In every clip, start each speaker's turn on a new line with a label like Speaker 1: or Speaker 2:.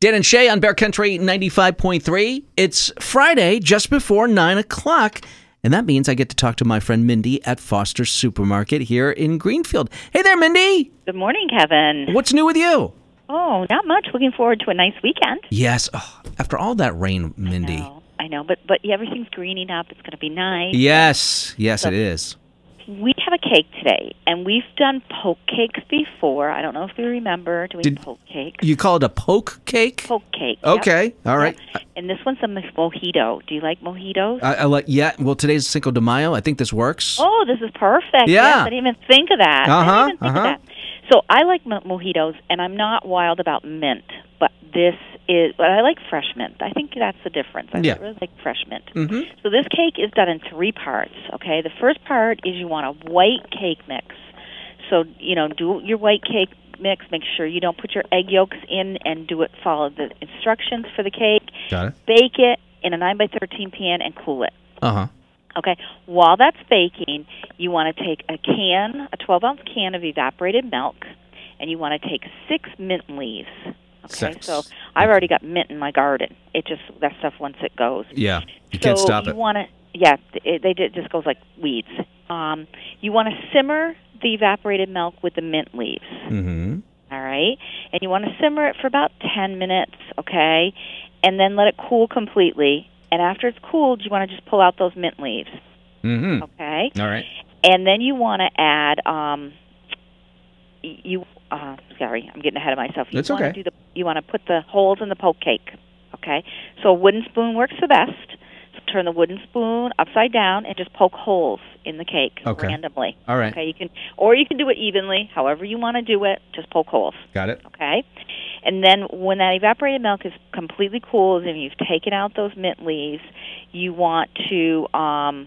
Speaker 1: Dan and Shay on Bear Country 95.3. It's Friday, just before 9 o'clock. And that means I get to talk to my friend Mindy at Foster Supermarket here in Greenfield. Hey there, Mindy.
Speaker 2: Good morning, Kevin.
Speaker 1: What's new with you?
Speaker 2: Oh, not much. Looking forward to a nice weekend.
Speaker 1: Yes. Oh, after all that rain, Mindy.
Speaker 2: No, I know, but but yeah, everything's greening up. It's going to be nice.
Speaker 1: Yes. Yes, it is.
Speaker 2: We have a cake today, and we've done poke cakes before. I don't know if you remember doing
Speaker 1: Did-
Speaker 2: poke cakes.
Speaker 1: You call it a poke cake?
Speaker 2: Poke cake. yep.
Speaker 1: Okay. All right.
Speaker 2: Yep. And this one's a mos- mojito. Do you like mojitos?
Speaker 1: I, I like, yeah. Well, today's Cinco de Mayo. I think this works.
Speaker 2: Oh, this is perfect.
Speaker 1: Yeah.
Speaker 2: Yes, I didn't even think of that.
Speaker 1: Uh-huh,
Speaker 2: I didn't even think
Speaker 1: uh-huh.
Speaker 2: of that. So I like mo- mojitos, and I'm not wild about mint, but this is, but I like fresh mint. I think that's the difference. I
Speaker 1: Yeah.
Speaker 2: really like fresh mint.
Speaker 1: Mhm.
Speaker 2: So this cake is done in three parts, okay? The first part is you want a white cake mix. So, you know, do your white cake mix, make sure you don't put your egg yolks in, and do it, follow the instructions for the cake.
Speaker 1: Got it.
Speaker 2: Bake it in a 9 by 13 pan and cool it.
Speaker 1: Uh huh.
Speaker 2: Okay. While that's baking, you want to take a can, a 12 ounce can of evaporated milk, and you want to take six mint leaves. Okay.
Speaker 1: Six.
Speaker 2: So I've already got mint in my garden. It just that stuff once it goes.
Speaker 1: Yeah. You
Speaker 2: so
Speaker 1: can't stop
Speaker 2: you
Speaker 1: it.
Speaker 2: want to yeah, it, they it just goes like weeds. Um, you want to simmer the evaporated milk with the mint leaves.
Speaker 1: Mm-hmm.
Speaker 2: All right. And you want to simmer it for about 10 minutes, okay? And then let it cool completely. And after it's cooled, you want to just pull out those mint leaves,
Speaker 1: Mm-hmm.
Speaker 2: okay?
Speaker 1: All right.
Speaker 2: and then you want to add um y- you uh sorry i'm getting ahead of myself you
Speaker 1: That's
Speaker 2: want
Speaker 1: okay.
Speaker 2: to do the you want to put the holes in the poke cake okay so a wooden spoon works the best so turn the wooden spoon upside down and just poke holes in the cake
Speaker 1: Okay.
Speaker 2: randomly
Speaker 1: All right.
Speaker 2: okay you can or you can do it evenly however you want to do it just poke holes
Speaker 1: Got it.
Speaker 2: okay? And then when that evaporated milk is completely cooled and you've taken out those mint leaves, you want to um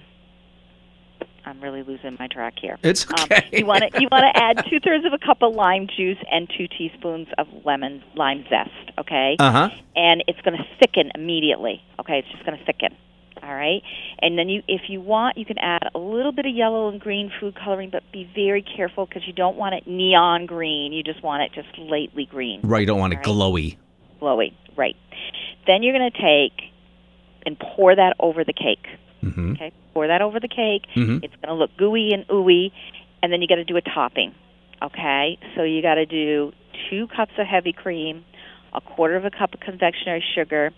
Speaker 2: I'm really losing my track here.
Speaker 1: It's
Speaker 2: Um,
Speaker 1: okay.
Speaker 2: you want to you want to add two thirds of a cup of lime juice and two teaspoons of lemon lime zest. Okay,
Speaker 1: Uh huh.
Speaker 2: and it's going to thicken immediately. Okay, it's just going to thicken. All right, and then you, if you want, you can add a little bit of yellow and green food coloring, but be very careful because you don't want it neon green. You just want it just lightly green
Speaker 1: Right. You don't want it
Speaker 2: Right.
Speaker 1: glowy.
Speaker 2: glowy, right? Then you're going to take and pour that over the cake.
Speaker 1: Mm-hmm.
Speaker 2: Okay, pour that over the cake.
Speaker 1: Mhm.
Speaker 2: It's going to look gooey and ooey, and then you got to do a topping. Okay, so you got to do two cups of heavy cream, a quarter of a cup of confectionery sugar,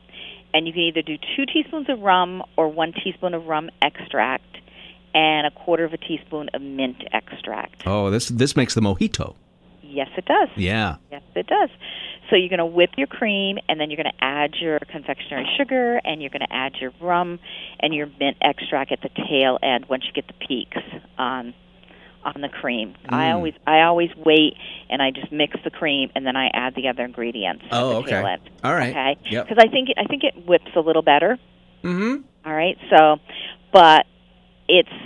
Speaker 2: and you can either do two teaspoons of rum or one teaspoon of rum extract. And a quarter of a teaspoon of mint extract.
Speaker 1: Oh, this this makes the mojito.
Speaker 2: Yes, it does.
Speaker 1: Yeah.
Speaker 2: Yes, it does. So you're going to whip your cream, and then you're going to add your confectionery sugar, and you're going to add your rum and your mint extract at the tail end once you get the peaks on on the cream. I
Speaker 1: Mm.
Speaker 2: always I always wait, and I just mix the cream, and then I add the other ingredients. at
Speaker 1: Oh,
Speaker 2: the
Speaker 1: okay.
Speaker 2: Tail end,
Speaker 1: All right.
Speaker 2: okay.
Speaker 1: Yep.
Speaker 2: Because I think I think it whips a little better.
Speaker 1: Mm-hmm.
Speaker 2: All right. So, but it's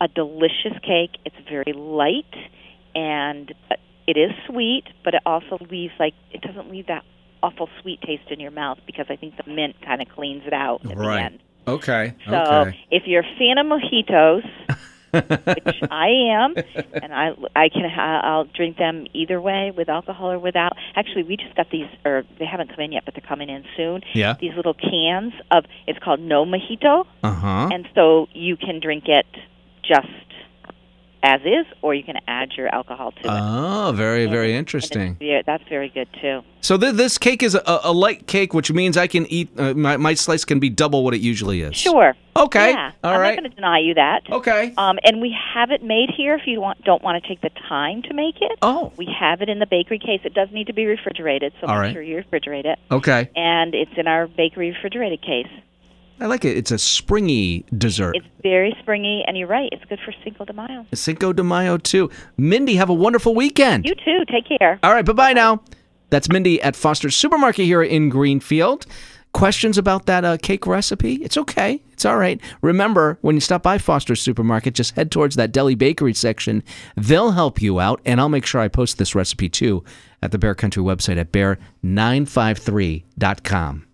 Speaker 2: a delicious cake. It's very light and uh, it is sweet, but it also leaves like it doesn't leave that awful sweet taste in your mouth because I think the mint kind of cleans it out at
Speaker 1: Right.
Speaker 2: the end.
Speaker 1: Okay.
Speaker 2: So,
Speaker 1: okay.
Speaker 2: if you're a fan of mojitos, which I am, and I I can ha- I'll drink them either way with alcohol or without. Actually, we just got these or they haven't come in yet, but they're coming in soon.
Speaker 1: Yeah.
Speaker 2: These little cans of it's called no mojito
Speaker 1: Uh huh.
Speaker 2: and so you can drink it just as is, or you can add your alcohol to it. And
Speaker 1: Oh, very very
Speaker 2: it's
Speaker 1: interesting.
Speaker 2: ve- that's very good too.
Speaker 1: So th- this cake is a, a light cake, which means I can eat uh, my my slice can be double what it usually is.
Speaker 2: Sure.
Speaker 1: Okay.
Speaker 2: Yeah.
Speaker 1: All
Speaker 2: I'm
Speaker 1: right.
Speaker 2: not going to deny you that.
Speaker 1: Okay.
Speaker 2: Um, and we have it made here if you want, don't want to take the time to make it.
Speaker 1: Oh.
Speaker 2: We have it in the bakery case. It does need to be refrigerated, so
Speaker 1: All
Speaker 2: make
Speaker 1: right.
Speaker 2: sure you refrigerate it.
Speaker 1: Okay.
Speaker 2: And it's in our bakery refrigerated case.
Speaker 1: I like it. It's a springy dessert.
Speaker 2: It's very springy, and you're right. It's good for Cinco de Mayo.
Speaker 1: Cinco de Mayo too. Mindy, have a wonderful weekend.
Speaker 2: You too. Take care.
Speaker 1: All right, bye bye now. That's Mindy at Foster's Supermarket here in Greenfield. Questions about that uh, cake recipe? It's okay. It's all right. Remember, when you stop by Foster's Supermarket, just head towards that deli bakery section. They'll help you out, and I'll make sure I post this recipe too at the Bear Country website at bear953.com.